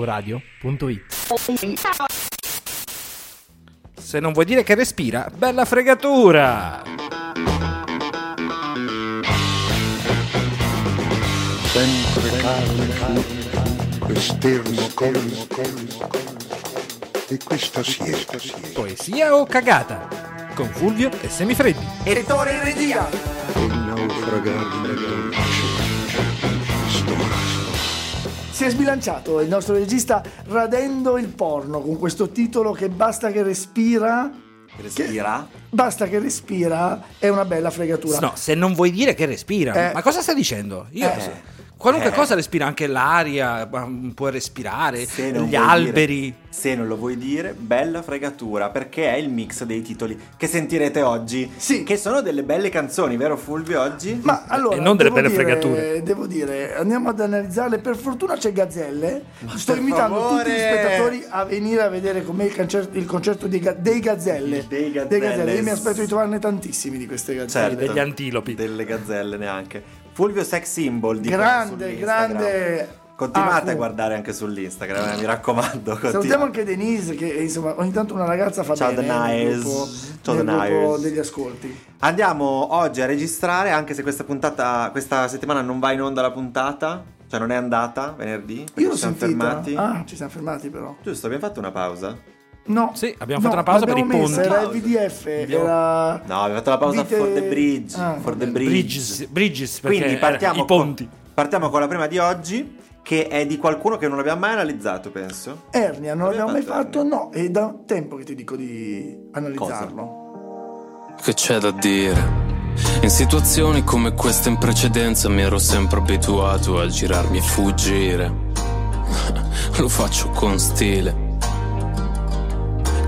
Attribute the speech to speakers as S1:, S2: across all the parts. S1: mvradio.it.
S2: Se non vuoi dire che respira, bella fregatura!
S3: sempre calmo, esterno colmo, colmo, e questa siesta, siesta,
S2: Poesia o cagata? Con Fulvio e Semifreddi.
S3: e naufragare la dolce, storia,
S4: Si è sbilanciato il nostro regista radendo il porno con questo titolo che basta che respira.
S5: Respira?
S4: Basta che respira è una bella fregatura.
S2: No, se non vuoi dire che respira.
S4: Eh.
S2: Ma cosa stai dicendo? Io
S4: Eh.
S2: lo so. Qualunque
S5: Eh.
S2: cosa respira, anche l'aria ma, mm, può respirare,
S5: Se non
S2: gli
S5: vuoi
S2: alberi.
S5: dire- se non lo vuoi dire, bella fregatura, perché è il mix dei titoli che sentirete oggi.
S4: Sì.
S5: Che sono delle belle canzoni, vero Fulvio oggi?
S4: Ma allora,
S2: e non delle
S4: devo
S2: belle
S4: dire-
S2: fregature.
S4: Devo dire, andiamo ad analizzarle. Per fortuna c'è Gazzelle. Sto
S5: per
S4: invitando tutti gli
S5: favore!
S4: spettatori a venire a vedere con me il, concerto- il concerto dei, Ga- dei Gazzelle.
S5: Il dei
S4: Io mi
S5: Gazzelle.
S4: aspetto di trovarne tantissimi di queste Gazzelle.
S5: Certo.
S2: degli antilopi.
S5: Delle gazzelle neanche. Fulvio Sex Symbol di
S4: Grande, grande.
S5: Continuate
S4: Ah,
S5: a guardare anche sull'Instagram, eh, mi raccomando.
S4: Salutiamo
S5: continuate.
S4: anche Denise, che eh, insomma ogni tanto una ragazza fa
S5: Ciao,
S4: bene
S5: Denise.
S4: nel gruppo,
S5: Ciao,
S4: nel
S5: Denise.
S4: gruppo degli ascolti.
S5: Andiamo oggi a registrare, anche se questa puntata, questa settimana non va in onda la puntata, cioè non è andata venerdì. perché
S4: Io l'ho
S5: ci siamo
S4: sentita.
S5: fermati.
S4: Ah, ci siamo fermati però.
S5: Giusto, abbiamo fatto una pausa.
S4: No.
S2: Sì, abbiamo fatto una pausa per i
S4: l'abbiamo messa,
S2: ponti.
S4: Era il VDF,
S2: Abbiamo-
S4: era
S5: No, abbiamo fatto la pausa
S4: Dite-
S5: for the bridge.
S4: Ah,
S5: for the
S4: vabbè.
S5: bridge.
S2: Bridges, bridges perché
S5: Quindi
S2: eh,
S5: partiamo,
S2: i ponti.
S5: Con, partiamo con la prima di oggi, che è di qualcuno che non abbiamo mai analizzato, penso.
S4: Ernia, non
S5: Abbiamo
S4: l'abbiamo mai
S5: fatto
S4: fatto? No, è da tempo che ti dico di analizzarlo.
S6: Che c'è da dire? In situazioni come questa in precedenza mi ero sempre abituato a girarmi e fuggire. Lo faccio con stile.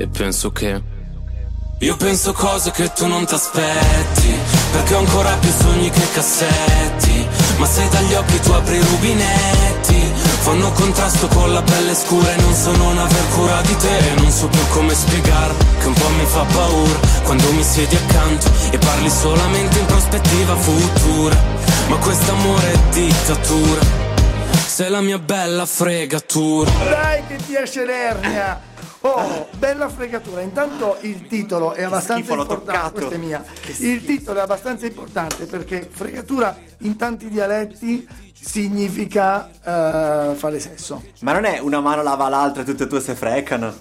S6: E penso che. Io penso cose che tu non ti aspetti Perché ho ancora più sogni che cassetti Ma se dagli occhi tu apri i rubinetti Fanno contrasto con la pelle scura E non so non aver cura di te E non so più come spiegar Che un po' mi fa paura Quando mi siedi accanto E parli solamente in prospettiva futura Ma quest'amore è dittatura Sei la mia bella fregatura
S4: Dai che ti esce l'ernia! Oh, bella fregatura. Intanto il titolo è abbastanza
S5: schifo, l'ho
S4: importante.
S5: toccato.
S4: Questa è mia. Il titolo è abbastanza importante perché fregatura in tanti dialetti significa eh, fare sesso.
S5: Ma non è una mano lava l'altra e tutte e due si frecano.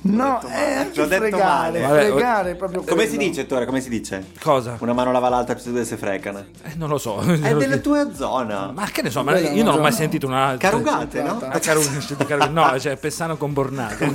S4: No,
S5: detto male.
S4: è
S5: L'ho
S4: anche
S5: detto
S4: fregare,
S5: male.
S2: Vabbè,
S4: fregare è proprio
S5: Come si
S4: quello.
S5: dice, Ettore? Come si dice?
S2: Cosa?
S5: Una mano lava l'altra e tutte e due si frecano.
S2: Eh, non lo so.
S5: È della tua zona.
S2: Ma che ne so, ma
S4: Bella,
S2: io non ho
S4: no.
S2: mai sentito una...
S5: Carugate, no?
S2: Ah, Caruso, di Caruso. no, cioè Pessano con Bornato.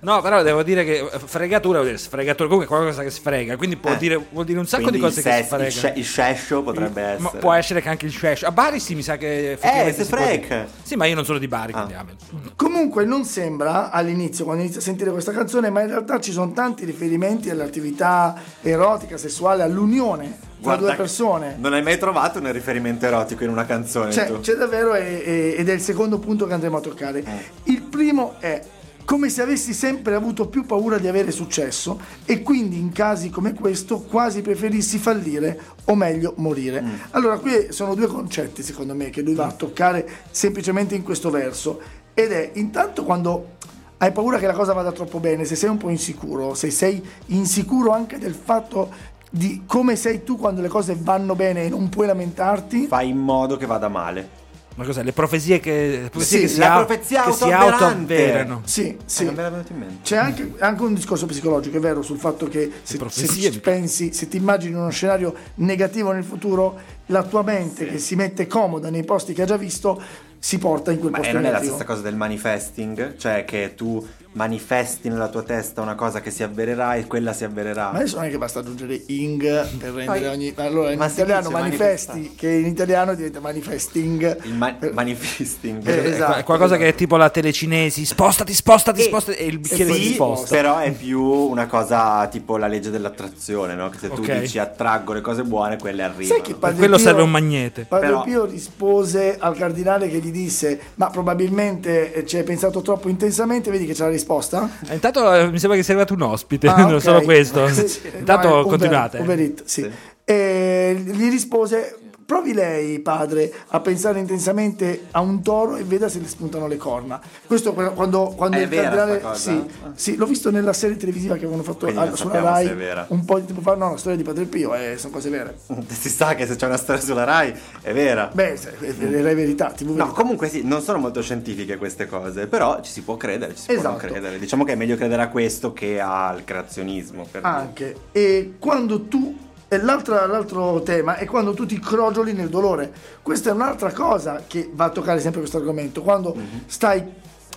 S2: No, però devo dire che fregatura vuol dire sfregatura, comunque qualcosa che sfrega, quindi può,
S5: Eh.
S2: dire, vuol dire un sacco
S5: Quindi
S2: di cose
S5: il
S2: che
S5: ses-
S2: sfrega.
S5: il sce- Il scescio potrebbe
S2: Ma
S5: essere. Eh,
S2: può essere che anche il trash. A Bari sì, mi sa che effettivamente
S5: se
S2: si può
S5: frega.
S2: dire. Sì, ma io non sono di Bari, quindi
S5: Ah.
S2: ah, beh.
S4: Comunque non sembra all'inizio, quando inizio a sentire questa canzone, ma in realtà ci sono tanti riferimenti all'attività erotica, sessuale, all'unione tra
S5: Guarda
S4: due
S5: che
S4: persone.
S5: Non hai mai trovato un riferimento erotico in una canzone
S4: Cioè,
S5: tu?
S4: c'è davvero e- e- ed è il secondo punto che andremo a toccare. Il primo è come se avessi sempre avuto più paura di avere successo e quindi in casi come questo quasi preferissi fallire o meglio morire. Allora qui sono due concetti secondo me che lui va a toccare semplicemente in questo verso ed è intanto quando hai paura che la cosa vada troppo bene, se sei un po' insicuro, se sei insicuro anche del fatto di come sei tu quando le cose vanno bene e non puoi lamentarti,
S5: Fai in modo che vada male.
S2: Ma cos'è? Le profezie che, le profezie
S4: Sì,
S2: che si,
S5: la
S2: au-
S5: profezia
S2: che si
S5: autoavverante.
S2: autoavverano.
S4: Sì,
S5: Eh,
S4: sì.
S5: non me l'ha venuto in mente.
S4: C'è anche, anche un discorso psicologico, è vero, sul fatto che se,
S2: profezie,
S4: se ci
S2: mica.
S4: pensi, se ti immagini uno scenario negativo nel futuro, la tua mente che si mette comoda nei posti che ha già visto si porta in quel
S5: Ma
S4: posto
S5: eh, non è la
S4: negativo.
S5: stessa cosa del manifesting, cioè che tu manifesti nella tua testa una cosa che si avvererà e quella si avvererà.
S4: Ma adesso non è che basta aggiungere ing per rendere ogni. Allora in
S5: Ma si
S4: italiano
S5: dice
S4: manifesti,
S5: manifesta.
S4: che in italiano diventa manifesting.
S5: Il ma- manifesting.
S4: Eh,
S2: È qua-
S4: esatto.
S2: è qualcosa che è tipo la telecinesi, spostati, spostati, spostati e il bicchiere
S4: eh, sì,
S2: si sposta.
S5: Però è più una cosa tipo la legge dell'attrazione, no? Che se tu
S2: Ok.
S5: dici attraggo le cose buone, quelle arrivano.
S4: Sai che Padre
S2: quello
S4: Pio-
S2: serve un magnete.
S4: Padre
S5: Però-
S4: Pio rispose al cardinale che gli disse: Ma probabilmente eh, ci hai pensato troppo intensamente, vedi che c'è la risposta?
S2: Eh, Intanto eh, mi sembra che sia arrivato un ospite,
S4: Ah, ok.
S2: solo questo.
S4: Sì,
S2: Intanto
S4: vai, Uber-
S2: continuate.
S4: Uber Eats, sì.
S5: Sì.
S4: E gli rispose: Provi lei, padre, a pensare intensamente a un toro e veda se le spuntano le corna. Questo que- quando, quando
S5: È
S4: il
S5: vera
S4: cardinale.
S5: sta cosa?
S4: Sì, sì, l'ho visto nella serie televisiva che avevano fatto
S5: Quindi
S4: al-
S5: non
S4: sulla
S5: sappiamo se è
S4: Rai
S5: vera.
S4: un po' di tempo fa. No, la storia di Padre Pio, eh, sono cose vere.
S5: Si sa che se c'è una storia sulla Rai è vera.
S4: Beh, se- è vera è verità, TV verità.
S5: No, comunque sì, non sono molto scientifiche queste cose, però ci si può credere, ci si può non
S4: Esatto.
S5: credere. Diciamo che è meglio credere a questo che al creazionismo. Per dire.
S4: anche e quando tu e l'altra- l'altro tema è quando tu ti crogioli nel dolore questa è un'altra cosa che va a toccare sempre questo argomento quando stai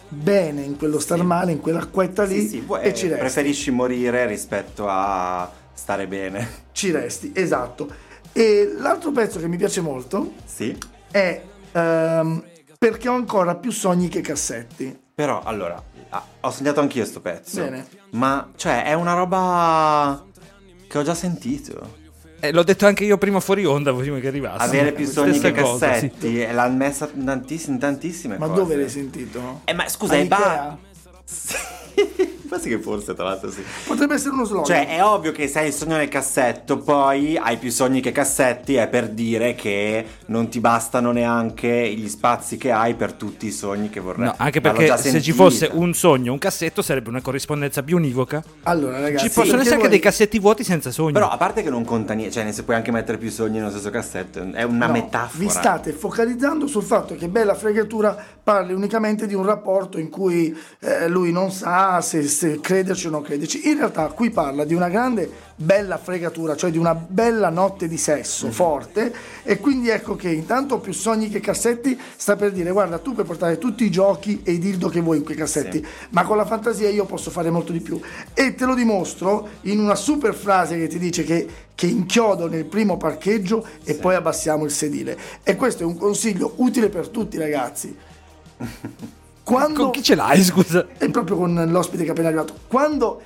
S4: bene in quello star male in quell'acquetta lì
S5: Sì, sì, vuoi-
S4: e ci resti
S5: preferisci morire rispetto a stare bene.
S4: ci resti esatto e l'altro pezzo che mi piace molto
S5: Sì.
S4: è ehm, perché ho ancora più sogni che cassetti
S5: Però allora, ah, ho sognato anch'io sto pezzo.
S4: Bene.
S5: Ma cioè, è una roba che ho già sentito.
S2: Eh, l'ho detto anche io prima fuori onda, prima che arrivasse.
S5: Avere più sogni
S2: Stessa
S5: che
S2: cosa, sì.
S5: cassetti, e l'ha messa in tantiss- in tantissime
S4: ma
S5: cose.
S4: dove l'hai sentito?
S5: Eh, ma scusa,
S4: A
S5: è
S4: Ikea?
S5: ba- Sì. Pensi che forse, tra l'altro, sì.
S4: potrebbe essere uno slogan
S5: Cioè, è ovvio che se hai il sogno nel cassetto, poi hai più sogni che cassetti, è per dire che non ti bastano neanche gli spazi che hai per tutti i sogni che vorrei.
S2: No, anche
S5: Ma l'ho
S2: perché
S5: già
S2: se ci
S5: sentita.
S2: fosse un sogno, un cassetto, sarebbe una corrispondenza più univoca.
S4: allora ragazzi
S2: Ci possono
S4: perché
S2: essere anche
S4: voi-
S2: dei cassetti vuoti senza sogni.
S5: Però a parte che non conta niente, cioè ne si puoi anche mettere più sogni nello stesso cassetto, è una
S4: No,
S5: metafora.
S4: Vi state focalizzando sul fatto che Bella Fregatura parli unicamente di un rapporto in cui eh, lui non sa se, se crederci o non crederci. In realtà qui parla di una grande bella fregatura, cioè di una bella notte di
S5: Mm.
S4: sesso forte e quindi ecco che intanto più sogni che cassetti sta per dire guarda tu puoi portare tutti i giochi e i dildo che vuoi in quei cassetti, ma con la fantasia io posso fare molto di più e te lo dimostro in una super frase che ti dice che che inchiodo nel primo parcheggio e poi abbassiamo il sedile. E questo è un consiglio utile per tutti, ragazzi.
S2: Con
S4: Quando
S2: chi ce l'hai, scusa?
S4: è proprio con l'ospite che è appena arrivato, quando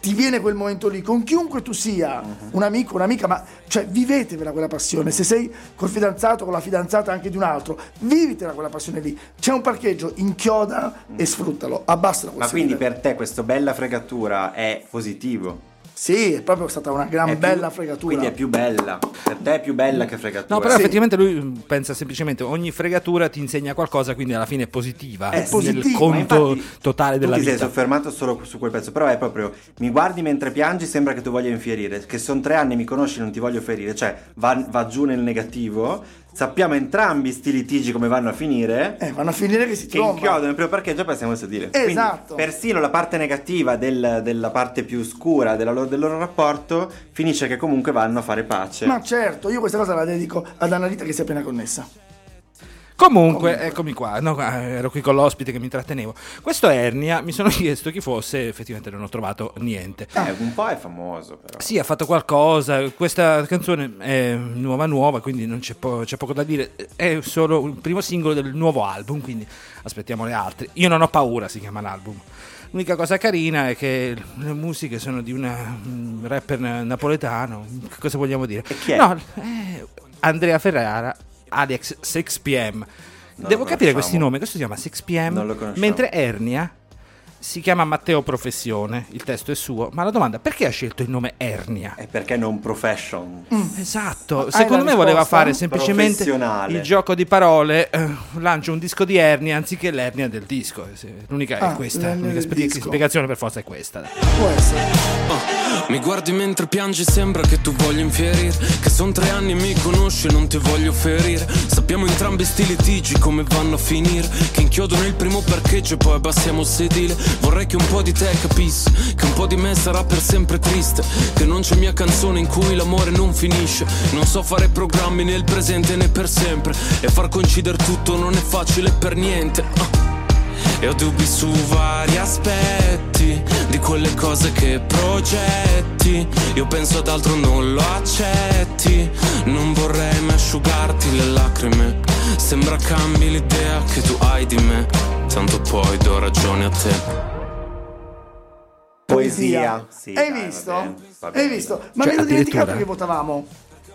S4: ti viene quel momento lì, con chiunque tu sia,
S5: Mhm.
S4: un amico, un'amica, ma cioè vivetevela quella passione. Se sei col fidanzato, con la fidanzata anche di un altro, vivitela quella passione lì. C'è un parcheggio, inchioda e sfruttalo, abbassala quel
S5: Mm. Ma quindi
S4: sedile.
S5: per te questa bella fregatura è positivo?
S4: Sì, è proprio stata una gran
S5: È più-
S4: bella fregatura.
S5: Quindi è più bella. Per te è più bella che fregatura.
S2: No, però
S4: Sì.
S2: effettivamente lui mh, pensa semplicemente ogni fregatura ti insegna qualcosa, quindi alla fine è positiva.
S5: Eh,
S2: nel
S4: positiva,
S2: conto
S5: infatti,
S2: totale della
S5: tu ti
S2: vita.
S5: sei soffermato solo su quel pezzo, però è proprio mi guardi mentre piangi, sembra che tu voglia infierire, che sono tre anni, mi conosci, non ti voglio ferire, cioè va, va giù nel negativo, sappiamo entrambi sti litigi come vanno a finire,
S4: Eh, vanno a finire che si
S5: che
S4: trovano.
S5: inchiodo nel primo parcheggio e poi siamo al sedile. Quindi,
S4: Esatto.
S5: persino la parte negativa del- della parte più scura della loro- del loro rapporto finisce che comunque vanno a fare pace.
S4: Ma certo, io questa cosa la dedico ad Annalita che si è appena connessa.
S2: Comunque, eccomi qua. No, qua, ero qui con l'ospite che mi trattenevo. Questo Ernia mi sono chiesto chi fosse, effettivamente non ho trovato niente.
S5: Eh, un po' è famoso però.
S2: Sì, ha fatto qualcosa. Questa canzone è nuova, nuova, quindi non c'è, po- c'è poco da dire. È solo il primo singolo del nuovo album, quindi aspettiamo le altre. Io non ho paura, si chiama l'album. L'unica cosa carina è che le musiche sono di un rapper na- napoletano. Che cosa vogliamo dire?
S5: chi è?
S2: No, eh, Andrea Ferrara, Alex 6pm.
S5: lo
S2: Devo capire
S5: conosciamo.
S2: questi nomi. Questo si chiama 6pm,
S5: Non lo conosciamo.
S2: mentre Ernia si chiama Matteo Professione, il testo è suo, ma la domanda perché ha scelto il nome Ernia?
S5: E perché non profession?
S2: Esatto,
S4: Eh, hai
S2: secondo
S4: la
S2: me voleva
S4: risposta?
S2: fare semplicemente
S5: Professionale.
S2: il gioco di parole, eh, lancio un disco di Ernia anziché l'ernia del disco. eh, sì. L'unica
S4: Ah,
S2: è questa,
S4: l'ernia
S2: l'unica
S4: del
S2: spie-
S4: disco.
S2: spiegazione per forza è questa. dai.
S4: Può essere.
S6: Mi guardi mentre piangi, sembra che tu voglia infierire. Che son tre anni e mi conosci, non ti voglio ferire. Sappiamo entrambi sti litigi come vanno a finire. Che inchiodo nel primo parcheggio e poi abbassiamo il sedile. Vorrei che un po' di te capisse, che un po' di me sarà per sempre triste. Che non c'è mia canzone in cui l'amore non finisce. Non so fare programmi nel presente né per sempre. E far coincidere tutto non è facile per niente. Ah. E ho dubbi su vari aspetti di quelle cose che progetti. Io penso ad altro, non lo accetti. Non vorrei mai asciugarti le lacrime. Sembra cambi l'idea che tu hai di me. Tanto poi do ragione a te.
S5: Poesia. Sì, dai,
S4: Hai
S5: va
S4: visto?
S5: bene, va
S4: Hai
S5: bene.
S4: visto? Ma
S2: Cioè,
S4: me l'ho dimenticato
S2: addirittura.
S4: che votavamo.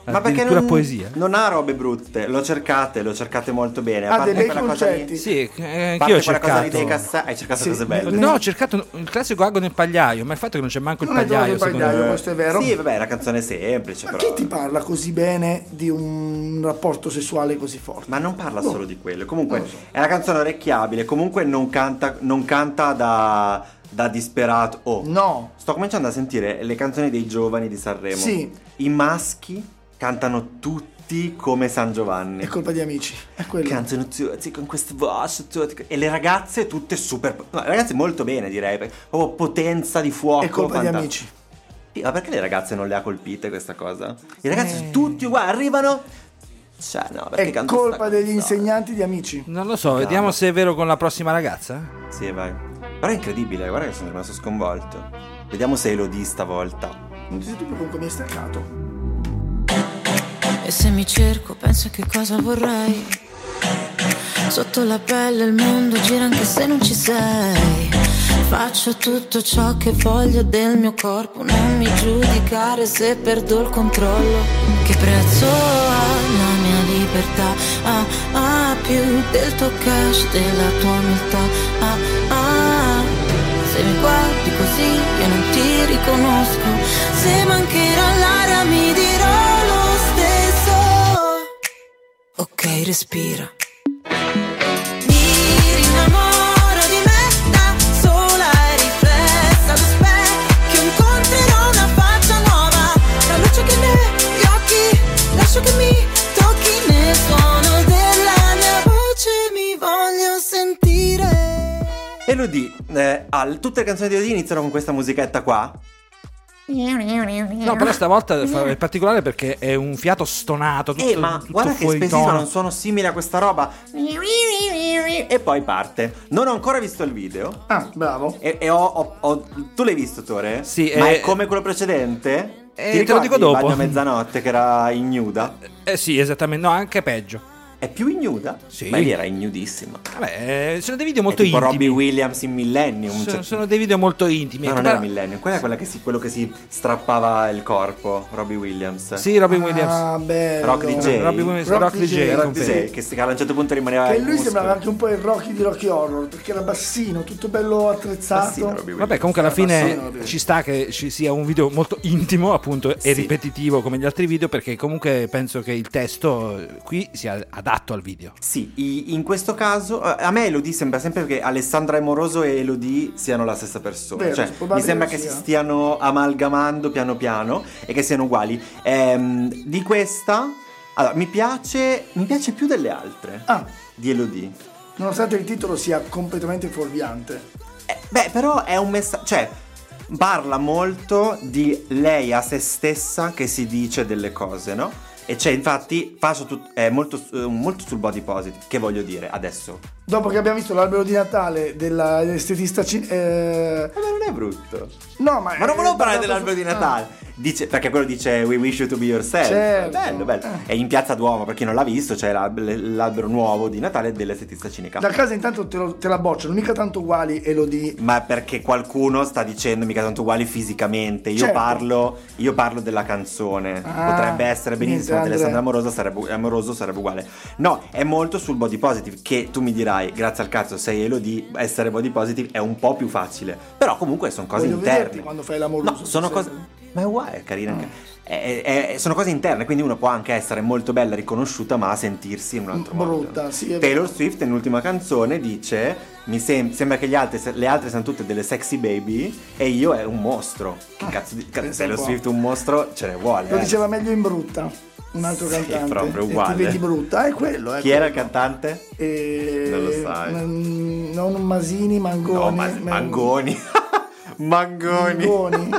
S5: Ma perché
S2: Addirittura
S5: non,
S2: poesia.
S5: non ha robe brutte, lo cercate, lo cercate molto bene. A
S4: Ha
S5: parte
S4: dei bei
S5: quella cosa lì-
S4: concetti.
S2: Sì, eh,
S5: a
S2: anch'io
S5: parte
S2: ho
S5: quella cosa lì dei
S2: cercato.
S5: cassa- hai cercato
S4: Sì,
S5: cose belle.
S2: No, ho cercato il classico ago nel pagliaio, ma il fatto è che non c'è manco il
S4: Non è trovato
S2: pagliaio.
S4: il
S2: secondo
S4: pagliaio,
S2: me.
S4: questo è vero.
S5: Sì, vabbè, la canzone è semplice,
S4: Ma
S5: però.
S4: chi ti parla così bene di un rapporto sessuale così forte?
S5: Ma non parla solo di quello. Comunque è una canzone orecchiabile. Comunque non canta, non canta da, da disperato. Oh,
S4: No.
S5: Sto cominciando a sentire le canzoni dei giovani di Sanremo.
S4: Sì.
S5: I maschi cantano tutti come San Giovanni.
S4: È colpa di amici. È quello.
S5: Cantano tutti con queste voci. tutti- E le ragazze tutte super. no, le ragazze molto bene, direi. perché Proprio potenza di fuoco.
S4: È colpa di
S5: fantastico.
S4: amici.
S5: Sì, Ma perché le ragazze non le ha colpite questa cosa? I ragazzi tutti uguali, arrivano. Cioè, no, perché
S4: Eh. È
S5: canto
S4: colpa
S5: sta
S4: degli
S5: canzone?
S4: insegnanti di amici.
S2: Non lo so, vediamo se è vero con la prossima ragazza.
S5: Sì, vai. Però è incredibile, guarda che sono rimasto sconvolto. Vediamo se Elodie stavolta.
S4: Non ti sento più comunque mi hai staccato.
S7: E se mi cerco penso a che cosa vorrei Sotto la pelle il mondo gira anche se non ci sei Faccio tutto ciò che voglio del mio corpo Non mi giudicare se perdo il controllo Che prezzo ha la mia libertà Ah, ah, più del tuo cash, della tua umiltà Ah, ah, se mi guardi così io non ti riconosco Se mancherò l'aria mi dirò lo stesso Ok, respira mi rinnamoro di me da sola e riflessa allo specchio Incontrerò una faccia nuova La luce che negli occhi Lascio che mi tocchi nel suono della mia voce Mi voglio sentire
S5: Elodie, eh, ha- tutte le canzoni di Elodie iniziano con questa musichetta qua.
S2: No, però stavolta fa- è particolare perché è un fiato stonato. Tutto,
S5: Eh, ma
S2: tutto
S5: guarda che
S2: fuori
S5: spesissimo
S2: tono.
S5: non suono simile a questa roba. E poi parte. Non ho ancora visto il video.
S4: Ah, bravo.
S5: E, e ho, ho- ho- Tu l'hai visto, Tore?
S2: Sì,
S5: Ma
S2: eh,
S5: è come quello precedente?
S2: eh, te lo dico dopo.
S5: Bagno a mezzanotte che era ignuda.
S2: Eh sì, esattamente. No, anche peggio.
S5: È più ignuda?
S2: Sì.
S5: Ma lì era ignudissima.
S2: Vabbè, eh, sono dei video
S5: È
S2: molto
S5: tipo Robbie
S2: intimi.
S5: Williams in Millennium.
S2: sono,
S5: cioè-
S2: sono dei video molto intimi. ecco,
S5: No, non
S2: Però-
S5: era Millennium, quella è quella che si, quello che si strappava il corpo, Robbie Williams.
S2: Sì, Robbie Williams.
S4: Ah, bello.
S5: Rock DJ.
S2: Robbie Williams,
S4: Rock
S2: Rock
S4: DJ,
S2: DJ.
S5: Era
S2: con
S5: di
S2: Fede.
S5: sé, che, si- che a un certo punto rimaneva...
S4: Che
S5: il
S4: lui
S5: muscolo.
S4: sembrava anche un po' il Rocky di Rocky Horror, perché era bassino, tutto bello
S5: Ah, sì,
S4: attrezzato.
S5: Robbie
S2: Vabbè,
S5: Williams.
S2: comunque alla
S4: Sì, no,
S2: fine
S4: vabbè.
S2: ci sta che ci sia un video molto intimo, appunto, e ripetitivo come gli altri video, perché comunque penso che il testo eh, qui sia adatto al video.
S5: Sì, i- in questo caso eh, a me Elodie sembra sempre che Alessandra Amoroso e Elodie siano la stessa persona.
S4: Vero,
S5: cioè, mi
S4: probabile
S5: sembra
S4: che
S5: che si
S4: sia.
S5: stiano amalgamando piano piano e che siano uguali. Ehm, di questa, allora, mi piace, mi piace più delle altre.
S4: Ah.
S5: Di Elodie.
S4: Nonostante il titolo sia completamente fuorviante.
S5: Eh, beh, però è un messaggio. Cioè, parla molto di lei a se stessa che si dice delle cose, no? E c'è, infatti, faccio tut- è molto, su- eh, molto sul body positive. Che voglio dire adesso?
S4: Dopo che abbiamo visto l'albero di Natale della- dell'estetista cin- eh,
S5: Eh, Ma non è brutto.
S4: No, ma...
S5: Ma non volevo parlare
S4: eh, guarda-
S5: dell'albero di Natale. Dice- perché quello dice We wish you to be yourself.
S4: Certo.
S5: Bello, bello. È in piazza Duomo, per chi non l'ha visto, c'è l'alb- l'albero nuovo di Natale dell'estetista cinica.
S4: Da casa intanto te, lo- te la bocciano, mica tanto uguali Elodie.
S5: Ma perché qualcuno sta dicendo mica tanto uguali fisicamente. Io,
S4: Certo.
S5: parlo, io parlo della canzone.
S4: Ah,
S5: Potrebbe essere benissimo
S4: niente,
S5: che Alessandro
S4: Andrea.
S5: Amoroso sarebbe, Amoroso sarebbe uguale. No, è molto sul body positive. Che tu mi dirai, grazie al cazzo, sei Elodie, essere body positive è un po' più facile. Però comunque sono cose
S4: Voglio vederti
S5: interne.
S4: quando fai l'amoroso.
S5: No, sono
S4: se- Ah.
S5: cose. Ma è uguale, è carina. anche- è- è- è- sono cose interne, quindi uno può anche essere molto bella, riconosciuta, ma sentirsi in un altro modo.
S4: Brutta, sì, è vero.
S5: Taylor Swift nell'ultima canzone dice: Mi sem- sembra che gli altri se- le altre siano tutte delle sexy baby e io è un mostro. Che cazzo di. ca-
S4: pensa
S5: Taylor
S4: un po'.
S5: Swift un mostro ce ne vuole.
S4: Lo
S5: eh.
S4: diceva meglio in brutta, un altro
S5: Sì,
S4: cantante.
S5: proprio
S4: E
S5: uguale.
S4: Ti vedi brutta, è quello. È
S5: Chi era il
S4: quello.
S5: cantante?
S4: Eh,
S5: Non lo sai.
S4: mm, non Masini, Mangoni.
S5: No, ma-
S4: Man-
S5: Mangoni. Mangoni.
S4: Mangoni.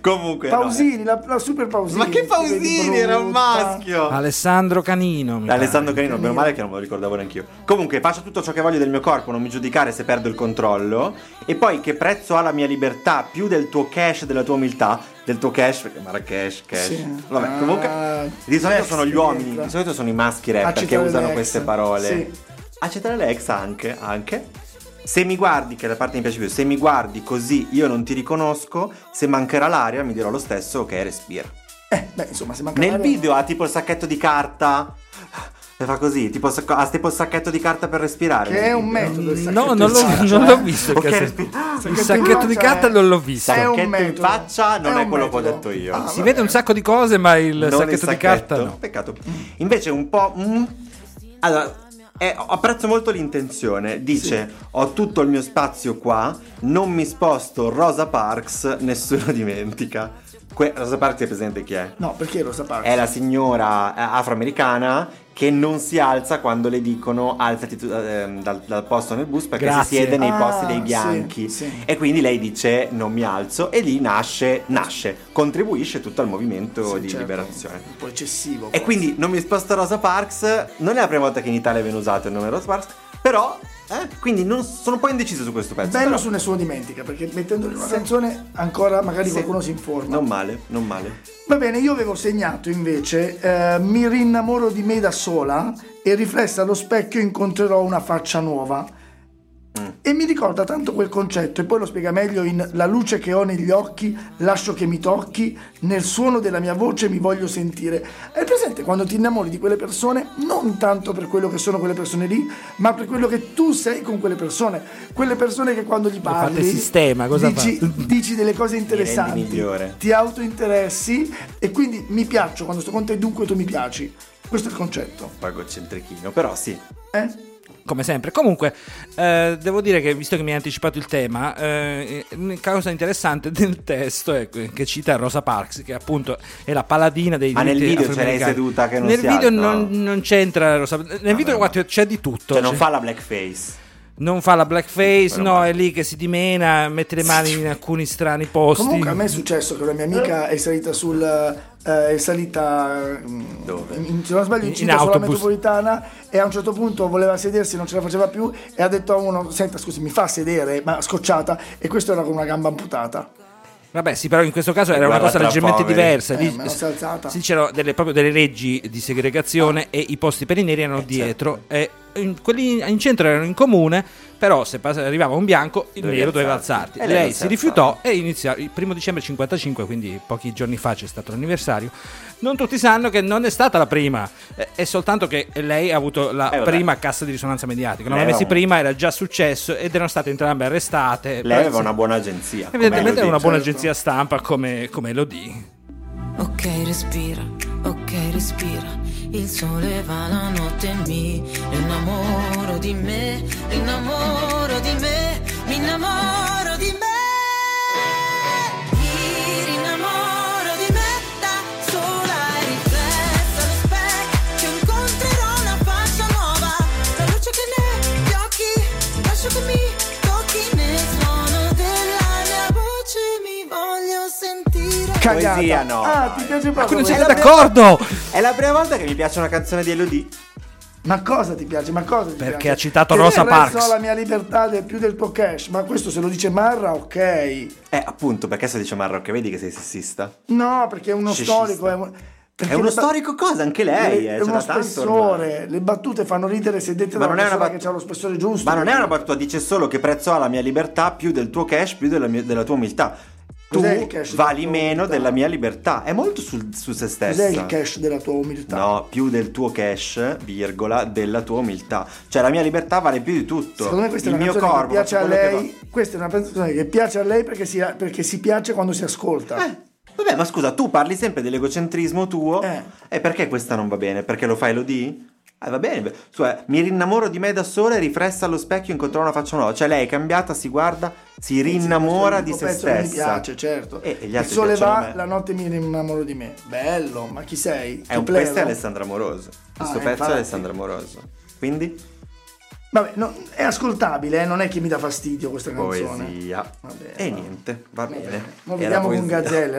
S5: Comunque. no,
S4: Pausini, la, la super Pausini.
S5: Ma che
S4: ti vedi
S5: Pausini era un
S4: brutta.
S5: maschio!
S2: Alessandro Canino. mi
S5: Da
S2: pare.
S5: Alessandro Carino, meno male che non me lo ricordavo neanch'io. Comunque, faccio tutto ciò che voglio del mio corpo, non mi giudicare se perdo il controllo. E poi, che prezzo ha la mia libertà più del tuo cash, della tua umiltà? Del tuo cash, perché Marrakesh, cash.
S4: Sì.
S5: Vabbè,
S4: Ah,
S5: comunque, di solito sono gli
S4: sì,
S5: uomini,
S4: entra.
S5: di solito sono i maschi rapper che
S4: Accettare
S5: usano
S4: l'ex.
S5: queste parole.
S4: Sì.
S5: Accettare l'ex anche, anche. Se mi guardi, che è la parte che mi piace più, se mi guardi così io non ti riconosco, se mancherà l'aria mi dirò lo stesso, ok, respira.
S4: Eh, beh, insomma, se manca
S5: Nel
S4: l'aria-
S5: video ha tipo il sacchetto di carta. E fa così, tipo, sacco- ha tipo il sacchetto di carta per respirare.
S4: Che
S5: nel
S4: è un
S5: video.
S4: metodo. il
S2: No,
S4: sacchetto
S2: non
S4: in
S2: l'ho,
S4: faccia,
S2: non
S4: eh.
S2: l'ho visto. il
S5: Ok,
S2: cassetto.
S4: Ah,
S5: respira.
S2: Il sacchetto di carta non l'ho visto.
S4: È un
S5: cioè, Sacchetto in
S4: metodo.
S5: faccia non
S4: È
S5: è,
S4: un
S5: quello che ho
S4: metodo.
S5: detto io.
S4: Ah,
S2: Si vede un sacco di cose, ma il
S5: Non il
S2: sacchetto, di carta no.
S5: Peccato. Invece un po'... mm, allora, eh, apprezzo molto l'intenzione. Dice, ho tutto il mio spazio qua, non mi sposto, Rosa Parks, nessuno dimentica. Que- Rosa Parks è presente chi è?
S4: No, perché lo sapevo?
S5: è la signora eh, afroamericana che non si alza quando le dicono alzati tu- ehm, dal, dal posto nel bus perché si
S2: Grazie.
S5: siede nei
S4: Ah,
S5: posti dei
S4: sì,
S5: bianchi
S4: sì.
S5: e quindi lei dice non mi alzo e lì nasce, nasce contribuisce tutto al movimento di liberazione
S4: certo. Un po' eccessivo.
S5: e quindi non mi sposto Rosa Parks non è la prima volta che in Italia viene usato il nome Rosa Parks però eh, quindi non- sono un po' indeciso su questo pezzo
S4: Bello
S5: però
S4: su Nessuno Dimentica, perché mettendolo in una canzone ancora magari
S5: Sì.
S4: qualcuno si informa.
S5: non male non male
S4: Va bene, io avevo segnato invece eh, Mi rinnamoro di me da sola e riflessa allo specchio incontrerò una faccia nuova. E mi ricorda tanto quel concetto, e poi lo spiega meglio in La luce che ho negli occhi, lascio che mi tocchi, nel suono della mia voce mi voglio sentire. È presente quando ti innamori di quelle persone, non tanto per quello che sono quelle persone lì, ma per quello che tu sei con quelle persone. Quelle persone che quando gli
S2: fate
S4: parli...
S2: sistema, cosa
S4: dici,
S2: fate?
S4: dici delle cose interessanti.
S5: migliore.
S4: Ti autointeressi e quindi mi piaccio quando sto con te, dunque tu mi piaci. Questo è il concetto.
S5: pagocentrichino però sì Cioè,
S4: Eh?
S2: Come sempre. Comunque, eh, devo dire che visto che mi hai anticipato il tema, eh, una cosa interessante del testo è que- che cita Rosa Parks, che appunto è la paladina dei
S5: Ma nel
S2: diritti
S5: video ce l'hai
S2: afroamericani.
S5: seduta che non
S2: Nel
S5: si
S2: video
S5: alza,
S2: non,
S5: no?
S2: non c'entra Rosa Parks. Nel video guarda, c'è di tutto.
S5: cioè non
S2: C'è-
S5: fa la blackface
S2: non fa la blackface,
S5: Meno
S2: no,
S5: male.
S2: è lì che si dimena, mette le mani in alcuni strani posti.
S4: Comunque a me è successo che una mia amica è salita sul... eh, è salita... mm,
S5: Dove?
S4: in- se non sbaglio in,
S2: In
S4: città sulla
S2: autobus.
S4: metropolitana e a un certo punto voleva sedersi, non ce la faceva più e ha detto a uno, senta scusi mi fa sedere, ma scocciata, e questo era con una gamba amputata.
S2: Vabbè, sì, però in questo caso era una
S5: Guerra
S2: cosa
S5: tra
S2: leggermente
S5: poveri.
S2: diversa.
S4: Eh,
S2: Lì,
S4: ma non si è alzata.
S2: sì, c'erano delle, proprio delle leggi di segregazione e i posti per i neri erano dietro. E in- quelli in centro erano in comune, però se pas- arrivava un bianco, il
S5: Dovevi
S2: nero doveva alzarti.
S5: alzarti. E lei
S2: lei
S5: non si
S2: si rifiutò e iniziò il primo dicembre 55, quindi pochi giorni fa c'è stato l'anniversario. Non tutti sanno che non è stata la prima, eh, è soltanto che lei ha avuto la
S5: Eh, vabbè.
S2: prima cassa di risonanza mediatica.
S5: Lei
S2: Nove
S5: era
S2: mesi
S5: un-
S2: prima era già successo ed erano state entrambe arrestate.
S5: Lei
S2: Però,
S5: aveva
S2: sì.
S5: una buona agenzia.
S2: Evidentemente è
S5: come
S2: una
S5: lo
S2: buona
S4: certo.
S2: agenzia stampa come, come lo di.
S1: Ok, respira, ok, respira. Il sole va la notte e mi innamoro di me, innamoro di me, mi innamoro di me. Mi rinnamoro di me da sola e riflessa allo specchio. Incontrerò una faccia nuova, la luce che negli occhi, lascio che mi tocchi nel suono della mia voce. Mi voglio sentire.
S4: Cagata.
S5: Poesia no.
S4: Ah, ti piace
S2: Ma
S4: proprio
S2: non siete
S4: questa?
S2: d'accordo?
S5: dice. È la prima volta che mi piace una canzone di Elodie.
S4: Ma cosa ti piace? Ma cosa ti
S2: Perché
S4: piace?
S2: ha citato
S4: Che
S2: Rosa
S4: nel resto
S2: Parks.
S4: la mia libertà è più del tuo cash. Ma questo se lo dice Marra, ok.
S5: Eh, appunto, perché se dice Marro che vedi che sei sessista.
S4: No, perché è uno
S5: Scicista.
S4: storico. È, un- perché
S5: è uno
S4: le ba-
S5: storico cosa? Anche lei,
S4: le-
S5: eh,
S4: è
S5: c'è
S4: uno
S5: da tanto ormai.
S4: spessore. Le battute fanno ridere se dette
S5: Ma
S4: da
S5: non
S4: una
S5: è una
S4: persona
S5: bat-
S4: che ha lo spessore giusto.
S5: Ma non è una battuta, dice solo che prezzo ha la mia libertà più del tuo cash, più della, mia- della tua umiltà. Tu
S4: Cos'è il cash della
S5: vali
S4: tua
S5: meno
S4: umiltà?
S5: della mia libertà. È molto sul- su se stessa.
S4: Cos'è il cash della tua umiltà?
S5: No, più del tuo cash, virgola, della tua umiltà. Cioè la mia libertà vale più di tutto.
S4: Secondo me questa
S5: Il
S4: è una
S5: mio
S4: canzone
S5: corpo,
S4: che piace
S5: faccio
S4: a
S5: quello che Eh,
S4: lei. Questa è una canzone che piace a lei perché si, perché si piace quando si ascolta.
S5: Vabbè, ma scusa, tu parli sempre dell'egocentrismo tuo.
S4: Eh.
S5: E perché questa non va bene? Perché lo fai l'OD? Ah, va bene. beh. Cioè, mi rinnamoro di me da sola e riflessa allo specchio incontrò una faccia nuova. Cioè, lei è cambiata, si guarda, si rinnamora di
S4: Questo
S5: se
S4: pezzo che Mi
S5: stessa.
S4: piace, certo.
S5: E- e gli
S4: il
S5: altri
S4: sole
S5: piacciono a
S4: va,
S5: me.
S4: la notte mi rinnamoro di me. Bello, ma chi sei?
S5: È un
S4: Ti
S5: pezzo
S4: prego.
S5: è Alessandra Moroso. Questo
S4: Ah,
S5: pezzo
S4: infatti.
S5: è Alessandra Moroso. Quindi,
S4: Vabbè, no, è ascoltabile, eh, non è che mi dà fastidio questa canzone.
S5: poesia.
S4: Va bene,
S5: e
S4: va.
S5: niente, va
S4: Va
S5: bene.
S4: bene. Noi
S5: Era
S4: vediamo con
S5: poesia.
S4: Gazzelle,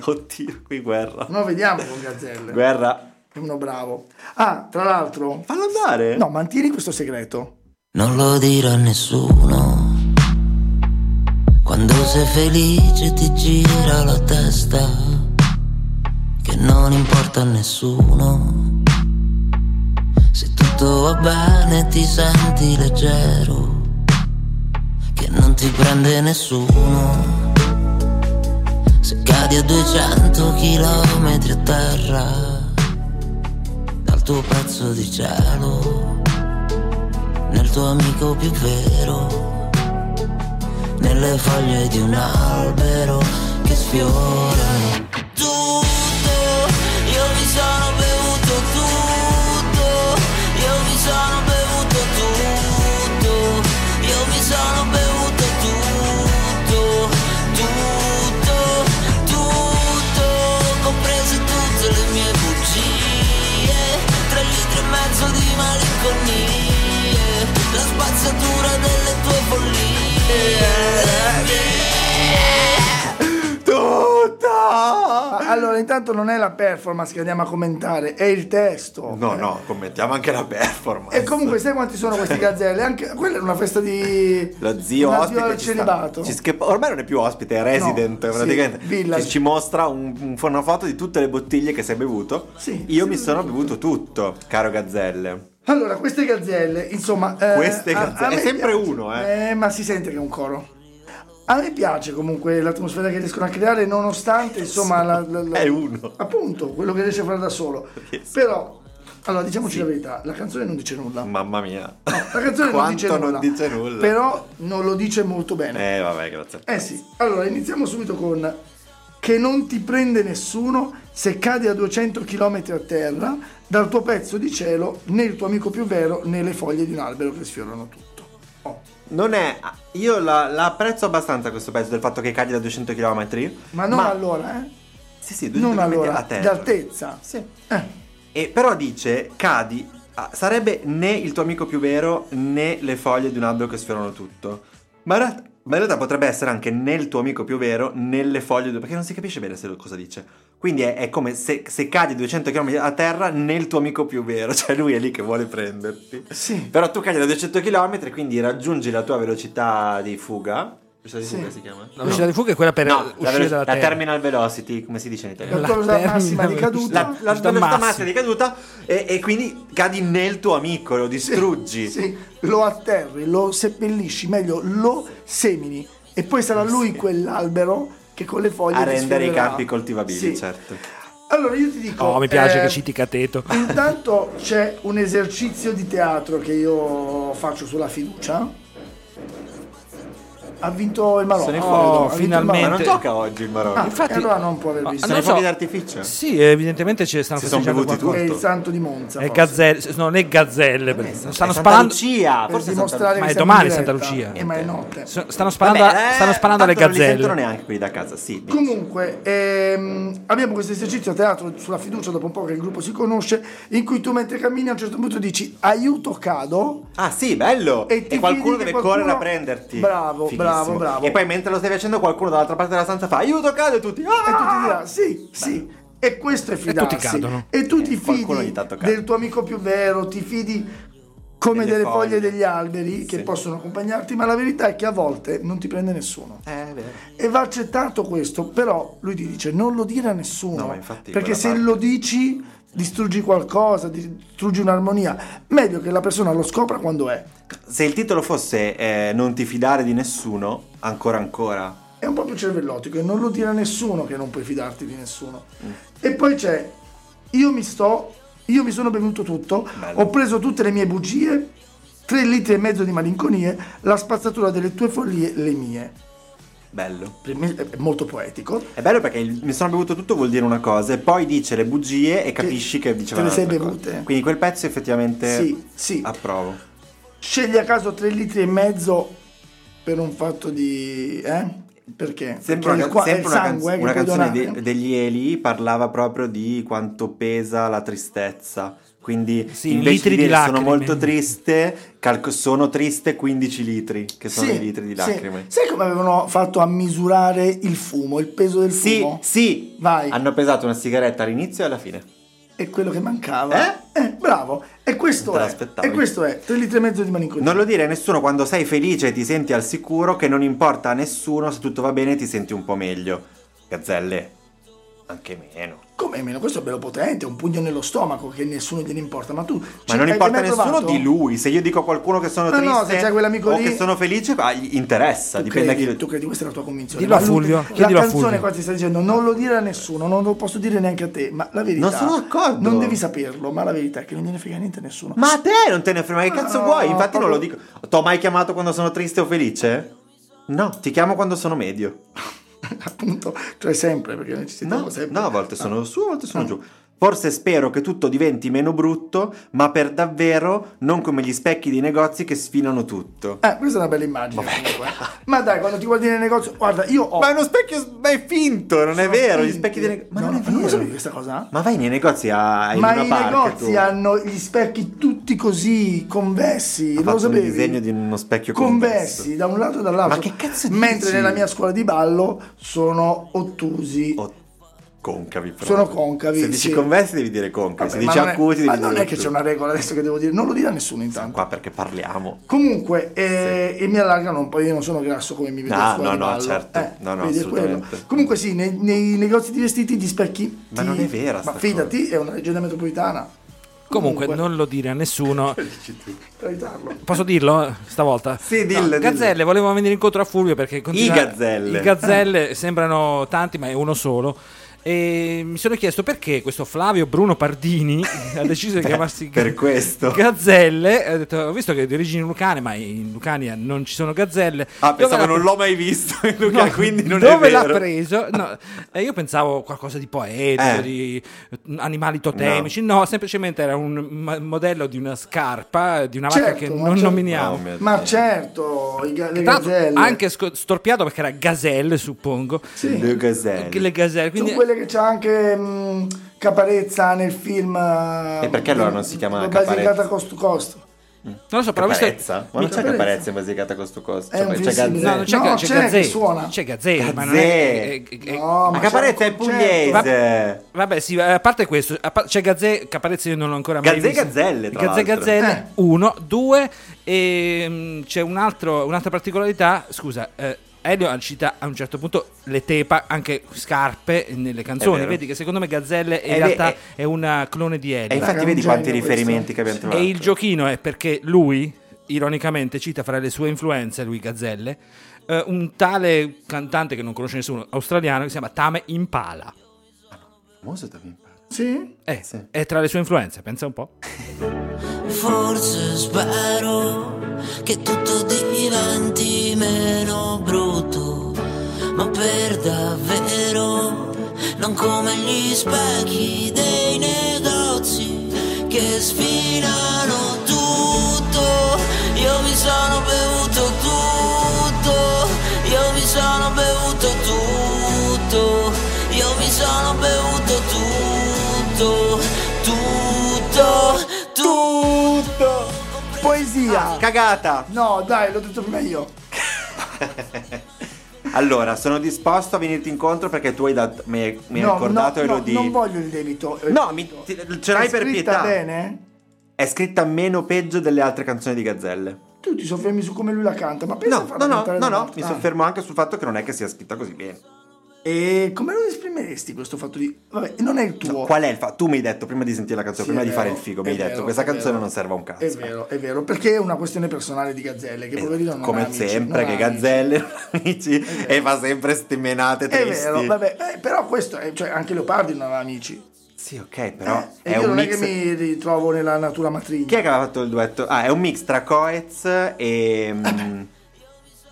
S5: Oddio, qui guerra.
S4: Noi vediamo con Gazzelle.
S5: Guerra.
S4: È uno bravo. Ah, tra l'altro,
S5: Fallo andare.
S4: no, mantieni questo segreto.
S7: Non lo dirò a nessuno. Quando sei felice ti gira la testa, che non importa a nessuno. Se tutto va bene ti senti leggero, che non ti prende nessuno. Se cadi a 200 km a terra, dal tuo pezzo di cielo nel tuo amico più vero, nelle foglie di un albero che sfiorano tutto, io mi sono bevuto tutto, io mi sono bevuto tutto, io mi sono bevuto tutto, tutto, tutto, comprese tutte le mie bugie, tre litri e mezzo di malinconie, la spazzatura delle tue follie.
S5: Tutta!
S4: Ah, Allora, intanto non è la performance che andiamo a commentare, è il testo.
S5: No, no, commentiamo anche la performance.
S4: E comunque, sai quanti sono questi gazzelle? Anche quella è una festa di.
S5: Lo zio
S4: una
S5: ospite
S4: zio al
S5: ci sta-
S4: celibato.
S5: ci schep- ormai non è più ospite, è resident
S4: No, sì,
S5: praticamente.
S4: village.
S5: Ci, ci mostra un- un- una foto di tutte le bottiglie che si è bevuto.
S4: Sì,
S5: Io
S4: sì,
S5: mi
S4: sì,
S5: sono bevuto tutto, caro Gazzelle.
S4: Allora, queste gazzelle, insomma. eh,
S5: Queste gazzelle. È
S4: me
S5: sempre
S4: piace.
S5: uno, eh.
S4: ma si sente che è un coro. A me piace comunque l'atmosfera che riescono a creare, nonostante insomma. la- la- la-
S5: È uno.
S4: Appunto, quello che riesce a fare da solo.
S5: Yes.
S4: Però, allora, diciamoci la verità: la canzone non dice nulla.
S5: Mamma mia.
S4: La canzone non
S5: Quanto
S4: dice,
S5: non
S4: nulla,
S5: dice nulla.
S4: Però non lo dice molto bene.
S5: Eh, vabbè, grazie.
S4: Eh sì, allora iniziamo subito con che non ti prende nessuno se cadi a 200 km a terra dal tuo pezzo di cielo né il tuo amico più vero né le foglie di un albero che sfiorano tutto. Oh,
S5: Non è. Io la, la apprezzo abbastanza questo pezzo del fatto che cadi da 200 km.
S4: ma non allora, eh?
S5: Sì, sì, 200
S4: Non
S5: km
S4: allora,
S5: a terra.
S4: d'altezza.
S5: Sì.
S4: Eh,
S5: E però dice, cadi, ah, sarebbe né il tuo amico più vero né le foglie di un albero che sfiorano tutto. Ma in, realtà, ma in realtà potrebbe essere anche né il tuo amico più vero né le foglie di... Perché non si capisce bene se lo- cosa dice. Quindi è, è come se, se cadi 200 km a terra né il tuo amico più vero. Cioè lui è lì che vuole prenderti.
S4: Sì.
S5: Però tu cadi da 200 km, quindi raggiungi la tua velocità di fuga. Velocità di
S4: Sì.
S5: fuga si chiama?
S2: La velocità di fuga è quella per
S5: No, la,
S2: uscire
S5: velo-
S2: dalla
S5: la
S2: terra.
S5: terminal velocity, come si dice in italiano?
S4: la tua velocità
S2: termina
S4: massima di
S2: velocità.
S4: caduta.
S5: la, la
S2: Velocità
S5: velocità
S2: massima.
S5: massima di caduta e, e quindi cadi nel tuo amico, lo distruggi.
S4: Sì, lo atterri, lo seppellisci, meglio lo semini e poi sarà lui quell'albero che con le foglie
S5: A
S4: ti
S5: rendere i
S4: sfiorerà.
S5: campi coltivabili,
S4: Sì.
S5: certo.
S4: Allora io ti dico
S2: Oh, mi piace
S4: eh,
S2: che citi Cateto.
S4: Intanto c'è un esercizio di teatro che io faccio sulla fiducia. Ha vinto il Marocco.
S5: Sono in
S4: Ha
S5: fuori,
S4: vinto il
S2: finalmente.
S5: Ma
S4: Marocco.
S5: non tocca oggi il Marocco.
S4: Ah,
S2: Infatti-
S4: e allora non può aver
S2: Ah,
S4: visto.
S5: Sono
S2: non
S5: i fuochi
S2: so.
S5: d'artificio.
S2: Sì, evidentemente ci stanno
S5: Si sono
S2: festeggiando
S5: bevuti
S2: qualcosa.
S4: È il
S5: tutto.
S4: santo di Monza.
S2: È
S4: forse.
S2: gazzelle, no, non è gazzelle, perché stanno
S5: È Santa
S2: sparando.
S5: Lucia,
S4: Per
S5: forse è Santa
S4: dimostrare
S2: Ma
S4: che
S2: Ah, è
S4: siamo
S2: domani
S4: in
S2: Santa
S4: diretta.
S2: Lucia.
S4: Eh, ma è notte.
S2: So- Stanno sparando,
S5: Vabbè, eh,
S2: stanno sparando alle
S5: tanto Non li
S2: gazzelle.
S5: sentono neanche quelli da casa, sì. dici.
S4: Comunque, ehm, abbiamo questo esercizio a teatro sulla fiducia dopo un po' che il gruppo si conosce, in cui tu mentre cammini a un certo punto dici aiuto cado,
S5: Ah sì, bello!
S4: E
S5: E,
S4: ti fidi
S5: qualcuno
S4: che
S5: deve
S4: qualcuno-
S5: correre a prenderti.
S4: Bravo,
S5: Fighissimo.
S4: bravo, bravo.
S5: E poi mentre lo stai facendo qualcuno dall'altra parte della stanza fa aiuto, cade e tutti.
S4: e tu ti
S5: "Ah!"
S4: dirà sì, sì. E questo è fidarsi.
S2: tutti cadono.
S4: E tu ti
S5: qualcuno ogni
S4: fidi
S5: tanto cade.
S4: del tuo amico più vero, ti fidi come
S5: Delle
S4: delle foglie
S5: foglie.
S4: degli alberi che
S5: Sì.
S4: possono accompagnarti, ma la verità è che a volte non ti prende nessuno.
S5: Eh, è vero.
S4: E va accettato questo, però lui ti dice non lo dire a nessuno,
S5: No, ma infatti
S4: perché
S5: quella
S4: se
S5: parte-
S4: lo dici distruggi qualcosa, distruggi un'armonia. Meglio che la persona lo scopra quando è.
S5: Se il titolo fosse eh, Non ti fidare di nessuno, ancora ancora.
S4: È un po' più cervellotico e non lo dire a nessuno che non puoi fidarti di nessuno. E poi c'è io mi sto, io mi sono bevuto tutto,
S5: Bello.
S4: ho preso tutte le mie bugie, tre litri e mezzo di malinconie, la spazzatura delle tue follie, le mie.
S5: Bello.
S4: Per me è molto poetico.
S5: È bello perché il mi sono bevuto tutto vuol dire una cosa e poi dice le bugie e capisci che, diceva
S4: te le sei
S5: un'altra cosa.
S4: bevute.
S5: Quindi quel pezzo effettivamente
S4: Sì, sì.
S5: approvo.
S4: Scegli a caso 3 litri e mezzo per un fatto di... Eh? Perché?
S5: Sempre
S4: Perché
S5: una,
S4: il qua- è
S5: sempre
S4: il
S5: una canz- una
S4: sangue che puoi
S5: canzone
S4: donare.
S5: de- degli Eli parlava proprio di quanto pesa la tristezza. Quindi
S2: Sì,
S5: invece
S2: litri
S5: di
S2: di
S5: dire sono
S2: lacrime.
S5: molto triste, calco- sono triste 15 litri, che sono i litri di
S4: sì.
S5: lacrime.
S4: Sai come avevano fatto a misurare il fumo, il peso del
S5: Sì,
S4: fumo?
S5: sì,
S4: Vai.
S5: Hanno pesato una sigaretta all'inizio e alla fine.
S4: È quello che mancava. Eh? bravo. E questo
S5: Te
S4: è.
S5: l'aspettavi.
S4: E questo è 3 litri e mezzo di malinconia.
S5: Non lo dire a nessuno quando sei felice e ti senti al sicuro, che non importa a nessuno se tutto va bene e ti senti un po' meglio. Gazzelle, anche meno.
S4: Come meno? Questo è bello potente, un pugno nello stomaco che nessuno gliene importa. Ma tu.
S5: Ma non importa a nessuno di lui. Se io dico a qualcuno che sono
S4: No, no,
S5: triste
S4: se c'è quell'amico
S5: o
S4: lì-
S5: che sono felice, ah, gli interessa.
S4: Tu
S5: dipende
S4: credi,
S5: da chi.
S4: tu credi, questa è la tua convinzione.
S2: Dillo a
S4: Ma lui-
S2: Fulvio,
S4: La
S2: chiedilo a
S4: canzone
S2: Fulvio.
S4: qua ti sta dicendo non lo dire a nessuno, non lo posso dire neanche a te, ma la verità...
S5: Non sono d'accordo.
S4: Non devi saperlo, ma la verità è che non gliene frega niente a nessuno.
S5: Ma a te non te ne frega, che cazzo
S4: No,
S5: vuoi? Infatti non
S4: proprio-
S5: lo dico. T'ho mai chiamato quando sono triste o felice? No, ti chiamo quando sono medio.
S4: appunto, cioè sempre, perché noi ci sentiamo
S5: No,
S4: sempre. Ah.
S5: no, a volte sono su, a volte sono giù. Forse spero che tutto diventi meno brutto, ma per davvero non come gli specchi dei negozi che sfinano tutto.
S4: Eh, questa è una bella immagine comunque. Ma dai, quando ti guardi nel negozio, guarda, io ho...
S5: Ma è uno specchio, s- ma è finto, non è vero. Gli
S4: Oh. finti.
S5: specchi dei negozi. Ma
S4: No,
S5: non è
S4: no, non lo
S5: vero.
S4: sapevi questa cosa?
S5: Ma vai nei negozi a ai
S4: Ma
S5: Luna
S4: i
S5: Park,
S4: negozi
S5: tu.
S4: hanno gli specchi tutti così convessi,
S5: Ha
S4: lo
S5: fatto un
S4: sapevi?
S5: disegno di uno specchio convesso.
S4: convessi da un lato e dall'altro.
S5: Ma che cazzo dici?
S4: Mentre nella mia scuola di ballo sono ottusi.
S5: O Oh, concavi proprio.
S4: Sono concavi,
S5: Se dici
S4: sì.
S5: convessi devi dire concavi,
S4: Vabbè,
S5: se
S4: Eh, ma
S5: dici
S4: non è-
S5: acuti
S4: ma
S5: devi dire
S4: non è che
S5: ottusi.
S4: c'è una regola adesso che devo dire, non lo dirà nessuno intanto.
S5: Qua perché parliamo.
S4: Comunque, eh, e mi allargano un po', io non sono grasso come mi vedo
S5: Ah,
S4: a scuola
S5: no,
S4: di
S5: no,
S4: ballo.
S5: certo.
S4: Eh,
S5: No, no,
S4: vedi, è quello.
S5: assolutamente.
S4: Comunque sì, nei, nei negozi di vestiti gli specchi
S5: Ma
S4: ti-
S5: non è vera sta
S4: Ma fidati, è una leggenda metropolitana.
S2: Comunque, non lo dire a nessuno.
S4: Evitarlo.
S2: Posso dirlo eh, stavolta?
S5: Sì, dillo, dillo.
S2: Gazzelle, volevamo venire incontro a Fulvio perché continua-
S5: gazzelle.
S2: I gazzelle sembrano tanti, ma è uno solo. E mi sono chiesto perché questo Flavio Bruno Pardini ha deciso di chiamarsi
S5: per
S2: Ga-
S5: questo.
S2: Gazzelle. Ho, detto, ho visto che è di origini lucane, ma in Lucania non ci sono gazzelle.
S5: Ah,
S2: Dove
S5: pensavo
S2: l'ha
S5: non
S2: pre-
S5: l'ho mai visto, Luca,
S2: No,
S5: quindi non
S2: dove
S5: è vero.
S2: l'ha preso? No, eh, io pensavo qualcosa di poetico,
S5: Eh.
S2: di eh, animali totemici. No. semplicemente era un ma- modello di una scarpa di una marca
S4: Certo,
S2: che
S4: ma
S2: non
S4: certo.
S2: nominiamo.
S5: Oh, mio
S4: Ma
S5: Dio.
S4: certo, i ga- le
S2: Tra l'altro
S4: gazzelle.
S2: anche sco- storpiato perché era gazelle, suppongo.
S4: Sì.
S5: Le gazelle.
S2: Che Le gazelle, quindi
S4: Sono quelle che c'ha anche mh, Caparezza nel film.
S5: E perché allora non si chiama Caparezza?
S4: Basicata costo costo.
S2: non lo so, però ho visto
S5: Caparezza? Ma non c'è
S4: Caparezza.
S5: Caparezza in basicata questo coso.
S4: È
S5: Cioè,
S4: un
S5: c'è
S4: film simile.
S2: No, non
S5: Gazzè.
S2: c'è,
S4: No,
S2: Ga-
S4: c'è
S2: c'è Gazzè,
S4: chi suona.
S2: C'è Gazzè, ma non
S5: Gazzè.
S2: è- è- è- è-
S5: Ma
S4: No, c'è certo.
S5: Caparezza
S4: un cioè,
S5: è
S4: concerto.
S5: pugliese.
S2: Vabbè, sì, a parte questo, a pa- c'è Gazzè, Caparezza io non l'ho ancora mai
S5: Gazzè
S2: visto.
S5: Gazzelle, tra
S2: Gazzè
S5: l'altro.
S4: Eh.
S2: Gazzelle, uno, due, e mm, c'è un altro, un'altra particolarità, scusa, eh, Elio cita a un certo punto le tepa, anche scarpe nelle canzoni,
S5: vero.
S2: vedi che secondo me Gazzelle in
S5: Eh, beh,
S2: realtà
S5: è-
S2: è una clone di Elio.
S5: E infatti
S4: un
S5: vedi
S4: genio
S5: quanti
S4: questo.
S5: riferimenti che abbiamo trovato.
S2: E il giochino è perché lui, ironicamente, cita fra le sue influenze, lui Gazzelle, eh, un tale cantante che non conosce nessuno, australiano, che si chiama Tame Impala.
S5: Famoso Tame Impala.
S4: Sì?
S2: Eh,
S5: Sì.
S2: È tra le sue influenze, pensa un po'.
S7: Forse spero che tutto diventi meno brutto, ma per davvero, non come gli specchi dei negozi che sfinano tutto. Io mi sono bevuto tutto, io mi sono bevuto tutto, io mi sono bevuto tutto, tutto, tutto.
S2: Ah,
S4: Poesia.
S5: Cagata!
S4: No, dai, l'ho detto prima io.
S5: Allora, sono disposto a venirti incontro perché tu hai dat- mi hai, mi hai
S4: no,
S5: ricordato
S4: no,
S5: e lo
S4: no,
S5: di...
S4: Non voglio il debito.
S5: No, mi- ti- ce l'hai
S4: È
S5: per
S4: scritta
S5: pietà.
S4: bene?
S5: È scritta meno peggio delle altre canzoni di Gazzelle.
S4: Tu ti soffermi su come lui la canta, ma pensa a
S5: No,
S4: farla
S5: no, no,
S4: cantare
S5: no,
S4: da
S5: no,
S4: un'altra-
S5: mi
S4: Ah.
S5: soffermo anche sul fatto che non è che sia scritta così bene.
S4: E come lo esprimeresti questo fatto di... Vabbè, non è il tuo.
S5: No, Qual è il fatto? Tu mi hai detto prima di sentire la canzone,
S4: Sì,
S5: prima
S4: è
S5: di fare il
S4: vero,
S5: figo, mi
S4: è
S5: hai detto
S4: vero,
S5: questa
S4: è
S5: canzone
S4: vero. Esatto,
S5: non serve a un cazzo.
S4: È vero, è vero, perché è una questione personale di Gazzelle, che
S5: Eh,
S4: poverino non ha
S5: Come
S4: amici,
S5: sempre,
S4: non ha
S5: che
S4: amici.
S5: Gazzelle non ha amici e fa sempre ste menate
S4: È
S5: tristi.
S4: vero, vabbè, eh, però questo è, cioè anche Leopardi non aveva amici. Eh,
S5: Sì, ok, però
S4: e
S5: è
S4: io
S5: un
S4: non
S5: mix.
S4: è che mi ritrovo nella natura matrigna.
S5: Chi è che aveva fatto il duetto? Ah, è un mix tra Coez e. mm,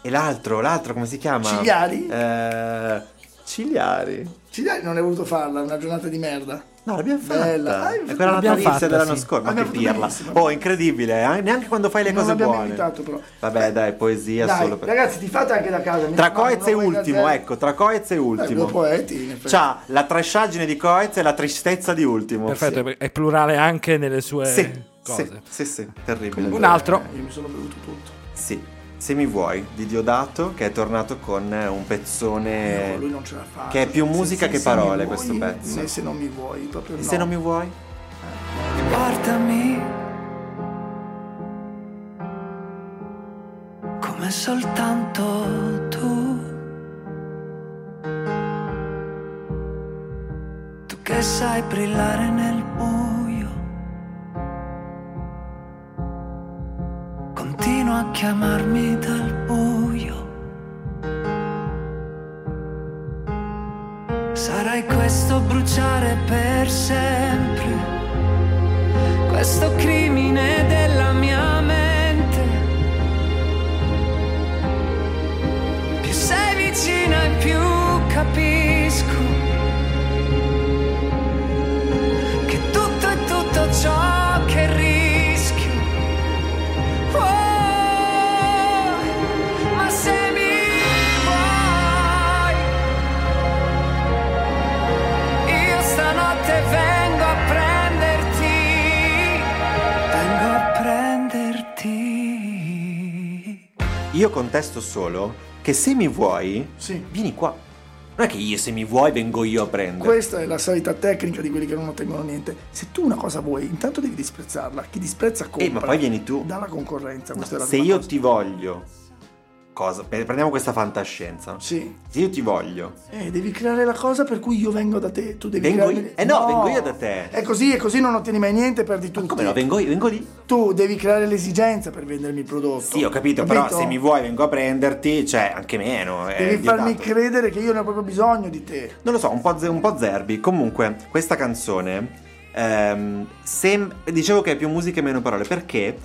S5: E l'altro, l'altro come si chiama?
S4: Cigliari?
S5: Eh, Cigliari.
S4: Ci dai, non hai voluto farla, una giornata di merda.
S5: No, l'abbiamo fatta.
S4: Bella. Ah,
S5: è
S2: l'abbiamo
S5: quella natalizia
S2: fatta,
S5: dell'anno
S2: sì.
S5: scorso. Ma
S4: Abbiamo
S5: che
S4: fatto
S5: pirla.
S4: benissimo.
S5: Oh, incredibile. eh? Neanche quando fai le
S4: Non
S5: cose
S4: l'abbiamo
S5: buone.
S4: evitato, però.
S5: Vabbè, dai, poesia
S4: Dai,
S5: solo per...
S4: ragazzi, ti fate anche da casa. mi
S5: Tra
S4: raccomando,
S5: Coez e
S4: non Eh, voi
S5: ultimo,
S4: gazzelle.
S5: ecco, tra Coez e
S4: Dai,
S5: ultimo.
S4: due poeti, in effetti.
S5: C'ha la trasciaggine di Coez e la tristezza di ultimo.
S2: Perfetto, è plurale anche nelle sue
S5: Oh, Sì,
S2: cose.
S5: sì, sì, sì, terribile.
S2: Un altro.
S4: Io mi sono bevuto tutto.
S5: Sì, se mi vuoi, di Diodato che è tornato con eh, un pezzone
S4: No, lui non ce la fa.
S5: Eh, che è più musica che parole
S4: mi vuoi,
S5: questo pezzo.
S4: Se, se non mi vuoi, proprio
S5: E
S4: no.
S5: se non mi vuoi?
S8: Guardami come soltanto tu. Tu che sai brillare nel buio. Continua a chiamarmi dal buio. Sarai questo bruciare per sempre questo crimine della mia mente. Più sei vicina e più capisco che tutto è tutto ciò che rischio. Oh, ma se mi vuoi, io stanotte vengo a prenderti. Vengo a prenderti.
S5: Io contesto solo che se mi vuoi,
S4: Sì.
S5: vieni qua. Non è che io se mi vuoi vengo io a prendere.
S4: Questa è la solita tecnica di quelli che non ottengono niente. Se tu una cosa vuoi, intanto devi disprezzarla. Chi disprezza compra.
S5: Eh, ma poi vieni tu.
S4: Dalla concorrenza. Questa è la
S5: se
S4: prima
S5: io
S4: cosa.
S5: ti voglio, cosa? pre- Prendiamo questa fantascienza. no?
S4: Sì.
S5: Se io ti voglio,
S4: Eh, devi creare la cosa per cui io vengo da te. Tu devi
S5: Vengo
S4: creare...
S5: io? Eh no, vengo io da te.
S4: È così, è così, non ottieni mai niente, perdi tutto.
S5: come no? Vengo io, vengo lì.
S4: Tu devi creare l'esigenza per vendermi il prodotto.
S5: Sì, ho capito, però se mi vuoi vengo a prenderti, cioè anche meno. eh,
S4: Devi
S5: vietato.
S4: farmi credere che io ne ho proprio bisogno di te.
S5: Non lo so, un po', ze- un po' zerbi. Comunque, questa canzone. ehm, sem- dicevo che è più musica e meno parole perché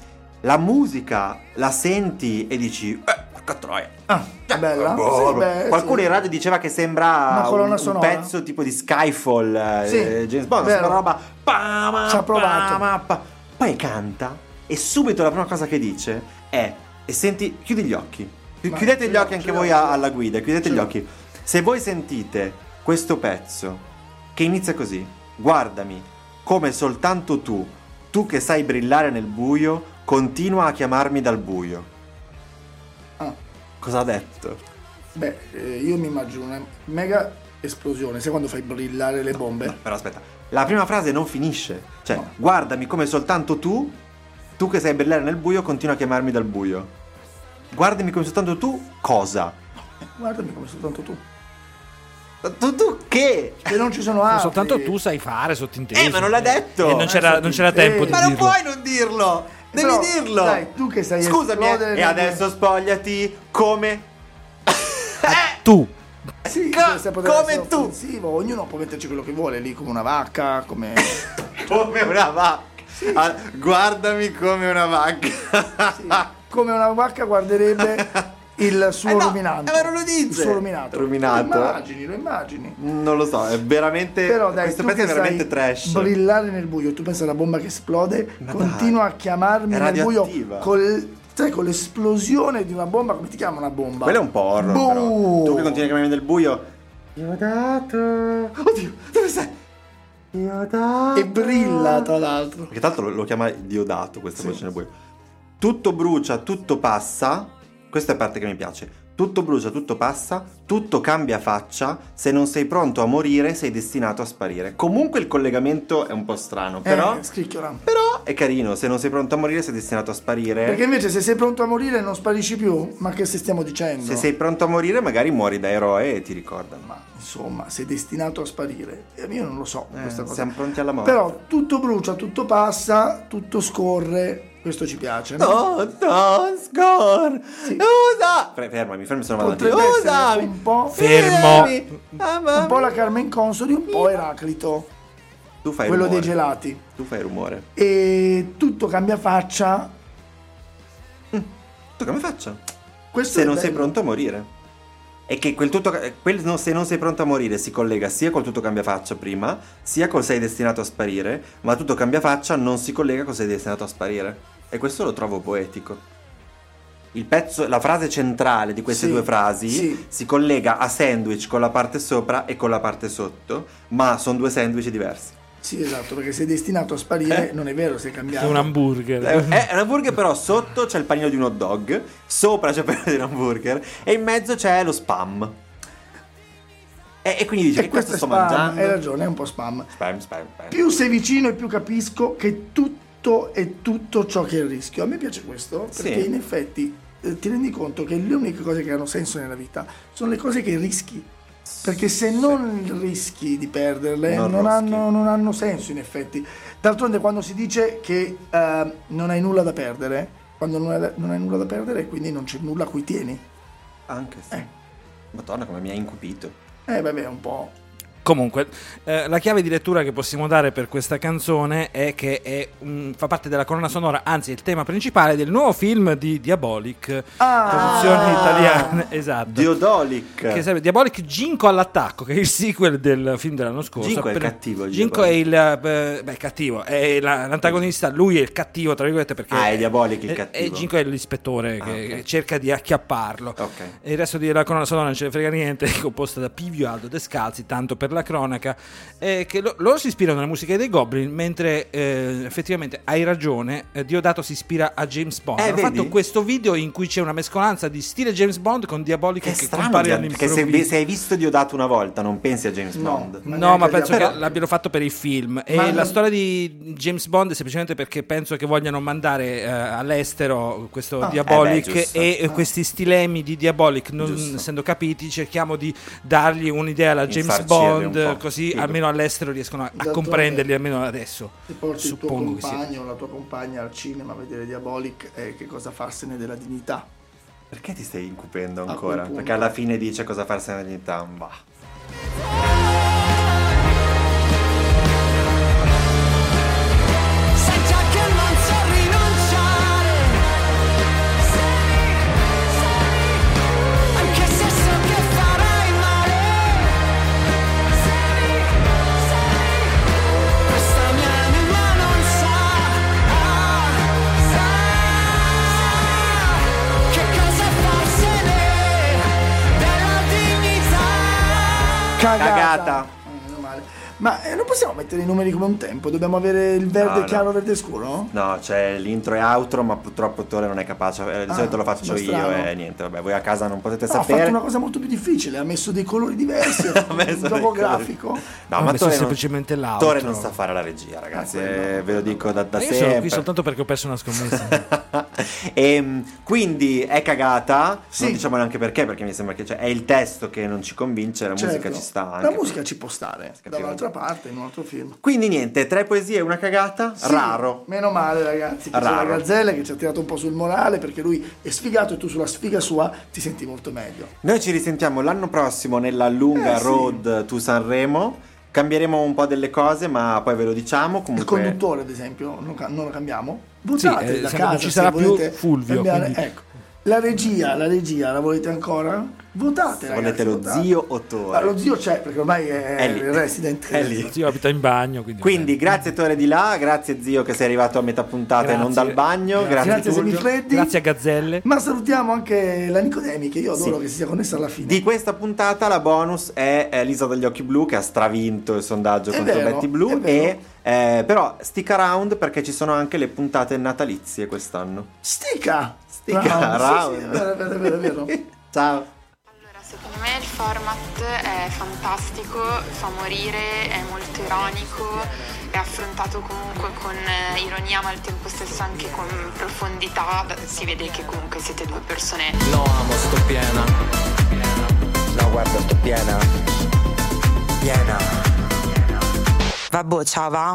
S5: la musica la senti e dici. Eh, porca troia.
S4: Ah, è bella.
S5: Boh,
S4: Sì, beh,
S5: qualcuno
S4: sì.
S5: in radio diceva che sembra
S4: Una colonna
S5: un, un
S4: sonora.
S5: pezzo tipo di Skyfall eh,
S4: Sì,
S5: eh, James Bond,
S4: vero.
S5: sembra roba pa, ma,
S4: Ci ha provato.
S5: pa, ma, pa. poi canta e subito la prima cosa che dice è e senti chiudi gli occhi. Chi-
S4: Ma-
S5: chiudete gli
S4: sì,
S5: occhi anche
S4: sì,
S5: voi
S4: sì.
S5: a- alla guida, chiudete
S4: Sì.
S5: gli occhi. Se voi sentite questo pezzo che inizia così, guardami come soltanto tu, tu che sai brillare nel buio, continua a chiamarmi dal buio.
S4: Ah.
S5: Cosa ha detto?
S4: Beh, eh, io mi immagino una mega esplosione. Sai quando fai brillare le bombe?
S5: Però aspetta, la prima frase non finisce. Cioè,
S4: No.
S5: guardami come soltanto tu, tu che sai brillare nel buio, continua a chiamarmi dal buio. Guardami come soltanto tu, cosa?
S4: Guardami come soltanto tu.
S5: Tu, tu che?
S4: Che non ci sono
S2: Ma
S4: altri.
S2: soltanto tu sai fare, sottinteso.
S5: Ah, Eh, ma non l'ha detto!
S2: E non c'era, non c'era
S4: Eh,
S2: tempo di
S5: Ma non
S2: dirlo.
S5: puoi non dirlo! Devi
S4: Però,
S5: dirlo!
S4: dai, tu che sai
S5: Scusami, eh,
S4: esplodere
S5: e
S4: nel-
S5: adesso spogliati come...
S2: Tu.
S4: Sì,
S5: Ca-
S4: questa potrebbe
S5: come
S4: essere
S5: tu.
S4: offensivo. Ognuno può metterci quello che vuole lì, come una vacca, come...
S5: Come una vacca! Ah, guardami come una vacca!
S4: Sì, come una vacca guarderebbe il suo
S5: Eh no,
S4: ruminante.
S5: eh, ma non lo dice.
S4: Il suo ruminato.
S5: Ruminato.
S4: Lo immagini, lo immagini.
S5: Non lo so, è veramente...
S4: Però dai,
S5: questo
S4: tu
S5: pezzo
S4: che
S5: è veramente
S4: sai
S5: trash.
S4: brillare nel buio, tu pensa alla bomba che esplode,
S5: Ma
S4: continua
S5: dai,
S4: a chiamarmi
S5: è
S4: nel buio
S5: radioattiva.
S4: col- sai, con l'esplosione di una bomba, come ti chiama una bomba?
S5: Quello è un po' horror,
S4: Boh!
S5: però. Tu che continui a chiamarmi nel buio. Diodato. Oddio, dove sei? Diodato.
S4: E brilla tra l'altro.
S5: Perché tra l'altro lo, lo chiama Diodato questa voce nel buio. Tutto brucia, tutto passa. Questa è la parte che mi piace. Tutto brucia, tutto passa, tutto cambia faccia, se non sei pronto a morire sei destinato a sparire. Comunque il collegamento è un po' strano, però,
S4: Eh, scricchiola.
S5: però è carino, se non sei pronto a morire sei destinato a sparire.
S4: Perché invece se sei pronto a morire non sparisci più, ma che se stiamo dicendo?
S5: Se sei pronto a morire magari muori da eroe e ti ricordano.
S4: Ma insomma, sei destinato a sparire. Eh, Io non lo so
S5: Eh,
S4: questa cosa.
S5: siamo pronti alla morte.
S4: Però tutto brucia, tutto passa, tutto scorre. Questo ci piace. no?
S5: No, no, score! Usa! Fe- fermami, fermi, sono malato.
S4: Potrebbe essere
S5: Usami!
S4: un po'-
S2: Fermo.
S5: Fermi! Ah, ma-
S4: Un po' la Carmen Consoli, un po' Eraclito,
S5: Tu fai
S4: quello
S5: rumore.
S4: dei gelati.
S5: Tu fai rumore.
S4: E tutto cambia faccia.
S5: Tu come faccia?
S4: Questo
S5: se
S4: è
S5: non sei
S4: bello.
S5: pronto a morire. E che quel tutto, quel no- se non sei pronto a morire si collega sia col tutto cambia faccia prima, sia col sei destinato a sparire, ma tutto cambia faccia non si collega col sei destinato a sparire. E questo lo trovo poetico. Il pezzo, la frase centrale di queste
S4: Sì,
S5: due frasi
S4: sì.
S5: si collega a sandwich con la parte sopra e con la parte sotto, ma sono due sandwich diversi.
S4: Sì, esatto, perché sei destinato a sparire, non è vero, sei cambiato.
S2: È un hamburger.
S5: Eh, È un hamburger però sotto c'è il panino di un hot dog, sopra c'è il panino di un hamburger e in mezzo c'è lo spam. E, e quindi dici
S4: e
S5: che questo
S4: questo
S5: sto
S4: è spam,
S5: mangiando.
S4: hai ragione, è un po' spam.
S5: Spam, spam, spam.
S4: Più sei vicino e più capisco che tutto è tutto ciò che è il rischio. A me piace questo perché
S5: Sì.
S4: in effetti eh, ti rendi conto che le uniche cose che hanno senso nella vita sono le cose che rischi. Perché se non rischi di perderle
S5: Non
S4: non,
S5: roschi.
S4: hanno, non hanno senso in effetti. D'altronde quando si dice che eh, non hai nulla da perdere, quando non hai, non hai nulla da perdere quindi non c'è nulla a cui tieni.
S5: Anche sì.
S4: Eh.
S5: Madonna come mi ha incupito.
S4: Eh vabbè, è un po'...
S2: Comunque, eh, la chiave di lettura che possiamo dare per questa canzone è che è un- fa parte della colonna sonora, anzi è il tema principale del nuovo film di Diabolic,
S4: Ah!
S2: produzione italiana, esatto.
S5: Diodolic.
S2: che sarebbe Diabolic Ginko all'attacco, che è il sequel del film dell'anno scorso.
S5: Ginko è
S2: Appena-
S5: cattivo,
S2: Ginko è il eh, beh, cattivo, è la- l'antagonista, lui è il cattivo, tra virgolette, perché
S5: Ah, è Diabolic il
S2: e- E
S5: cattivo.
S2: Ginko è l'ispettore
S5: Ah,
S2: che
S5: ok.
S2: cerca di acchiapparlo.
S5: Ok.
S2: E il resto della colonna sonora non ce ne frega niente, è composta da Pivio Aldo Descalzi, tanto per la cronaca, eh, che lo- loro si ispirano alla musica dei Goblin, mentre eh, effettivamente hai ragione, eh, Diodato si ispira a James Bond.
S5: Eh,
S2: Hanno
S5: vedi?
S2: fatto questo video in cui c'è una mescolanza di stile James Bond con Diabolic
S5: Che
S2: che,
S5: strano,
S2: compare
S5: Dia- che se,
S2: all'improvviso.
S5: se hai visto Diodato una volta non pensi a James
S4: No.
S5: Bond.
S4: Ma
S2: No, ma
S4: neanche
S2: penso
S4: Diabolic.
S2: che l'abbiano fatto per il film. E
S4: Ma
S2: la
S4: non-
S2: storia di James Bond è semplicemente perché penso che vogliano mandare eh, all'estero questo
S4: Ah.
S2: Diabolic
S5: Eh beh, giusto.
S2: e eh, questi stilemi di Diabolic, non
S5: Giusto.
S2: essendo capiti, cerchiamo di dargli un'idea alla James
S5: Infarcirli un
S2: Bond,
S5: po'.
S2: così
S5: Sì.
S2: almeno all'estero riescono a, a
S4: D'altronde-
S2: comprenderli, almeno adesso.
S4: Se porti il tuo
S2: Suppongo che sia.
S4: compagno o la tua compagna al cinema a vedere Diabolic, eh, che cosa farsene della dignità?
S5: Perché ti stai incupendo
S4: quel
S5: ancora?
S4: punto.
S5: Perché alla fine dice cosa farsi nella dignità. Bah.
S8: Sai già che non so rinunciare Anche se so che farai male Questa mia anima non sa Sa Che cosa farsene Della dignità
S4: Cagata!
S5: Cagata.
S4: Eh, meno male. Ma eh, non possiamo mettere i numeri come un tempo, dobbiamo avere il verde
S5: No, no.
S4: chiaro, verde scuro?
S5: No, c'è l'intro e outro, ma purtroppo Tore non è capace. eh, Di
S4: Ah,
S5: solito lo faccio
S4: ma
S5: io
S4: strano.
S5: e niente, vabbè, voi a casa non potete
S4: No, ha fatto
S5: sapere.
S4: una cosa molto più difficile, ha messo dei colori diversi, ha
S5: Ha
S4: fatto
S5: messo
S4: un
S5: dei
S4: gioco
S5: colori.
S4: grafico.
S5: No,
S2: Ha
S5: ma
S2: messo
S5: Tore
S2: semplicemente
S5: non...
S2: l'altro.
S5: Tore non sa fare la regia, ragazzi,
S4: Ah, quello
S5: eh, ve lo dico da, da
S2: Ma Io
S5: sempre.
S2: sono qui soltanto perché ho perso una scommessa.
S5: Ehm, quindi è cagata,
S4: Sì.
S5: non diciamo neanche perché, perché mi sembra che cioè, è il testo che non ci convince, la musica
S4: Certo.
S5: ci sta anche.
S4: La musica ci può stare, da
S5: Capito.
S4: un'altra parte, in un altro film.
S5: Quindi niente, tre poesie e una cagata,
S4: Sì,
S5: raro.
S4: Meno male, ragazzi. Che c'è
S5: Raro.
S4: la Gazzella che ci ha tirato un po' sul morale perché lui è sfigato e tu sulla sfiga sua ti senti molto meglio.
S5: Noi ci risentiamo l'anno prossimo nella lunga
S4: Eh, sì.
S5: road to Sanremo. Cambieremo un po' delle cose, ma poi ve lo diciamo.
S4: Il
S5: Comunque,
S4: conduttore, ad esempio, non, ca- non lo cambiamo?
S2: Sì,
S4: Votate
S2: eh,
S4: da
S2: se non
S4: casa
S2: ci
S4: se
S2: sarà più
S4: volete
S2: Fulvio,
S4: cambiare-
S2: quindi-
S4: Ecco. La regia, la regia, la volete ancora? Votate, ragazzi.
S5: volete lo
S4: votate.
S5: zio o Tore?
S4: Ma lo zio c'è perché ormai è,
S5: È lì.
S4: il resident.
S5: È lì.
S2: Io abito in bagno, quindi...
S5: Quindi grazie Tore di là, grazie zio che sei arrivato a metà puntata e non
S2: Grazie.
S5: dal bagno, grazie,
S4: Grazie a
S5: Tullio.
S4: Semifreddi.
S2: Grazie a Gazzelle.
S4: Ma salutiamo anche la Nicodemi che io adoro
S5: Sì.
S4: che si sia connessa alla fine.
S5: Di questa puntata la bonus è eh, Lisa dagli occhi blu che ha stravinto il sondaggio
S4: È
S5: contro
S4: vero,
S5: Betty
S4: è
S5: Blue e
S4: vero.
S5: eh, però stick around perché ci sono anche le puntate natalizie quest'anno.
S4: Stica!
S5: Stica,
S4: Round, sì,
S5: round.
S4: sì, è vero, è vero, è vero, è vero.
S5: Ciao.
S9: Allora, secondo me il format è fantastico, fa morire, è molto ironico, è affrontato comunque con eh, ironia ma al tempo stesso anche con profondità, si vede che comunque siete due persone
S6: No, amo, sto piena.
S10: No, guarda, sto piena. Piena.
S11: Vabbè, ciao va.